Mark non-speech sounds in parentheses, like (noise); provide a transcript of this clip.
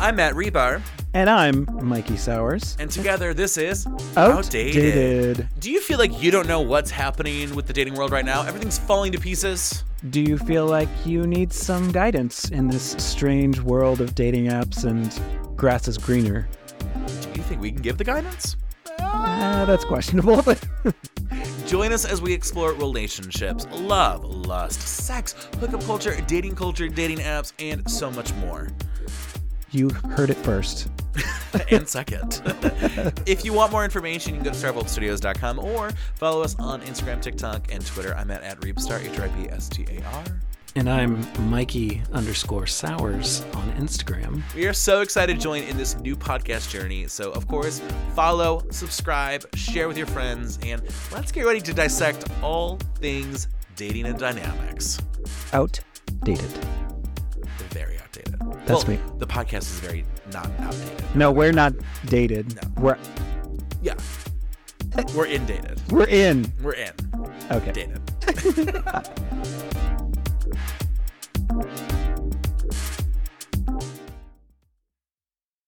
I'm Matt Rebar, And I'm Mikey Sowers. and together this is Outdated. Do you feel like you don't know what's happening with the dating world right now? Everything's falling to pieces. Do you feel like you need some guidance in this strange world of dating apps and grass is greener? Do you think we can give the guidance? Uh, that's questionable, (laughs) but Join us as we explore relationships, love, lust, sex, hookup culture, dating culture, dating apps, and so much more. (laughs) you heard it first. and second. (laughs) if you want more information, you can go to starvoltstudios.com or follow us on Instagram, TikTok, and Twitter. I'm at, at Reebstar, H R I B S T A R. And I'm Mikey underscore Sours on Instagram. We are so excited to join in this new podcast journey. So, of course, follow, subscribe, share with your friends, and let's get ready to dissect all things dating and dynamics. Outdated. They're very outdated. That's well, me. The podcast is very not outdated. No, we're not dated. No. We're Yeah. We're in dated. we're in. We're in Okay. dated.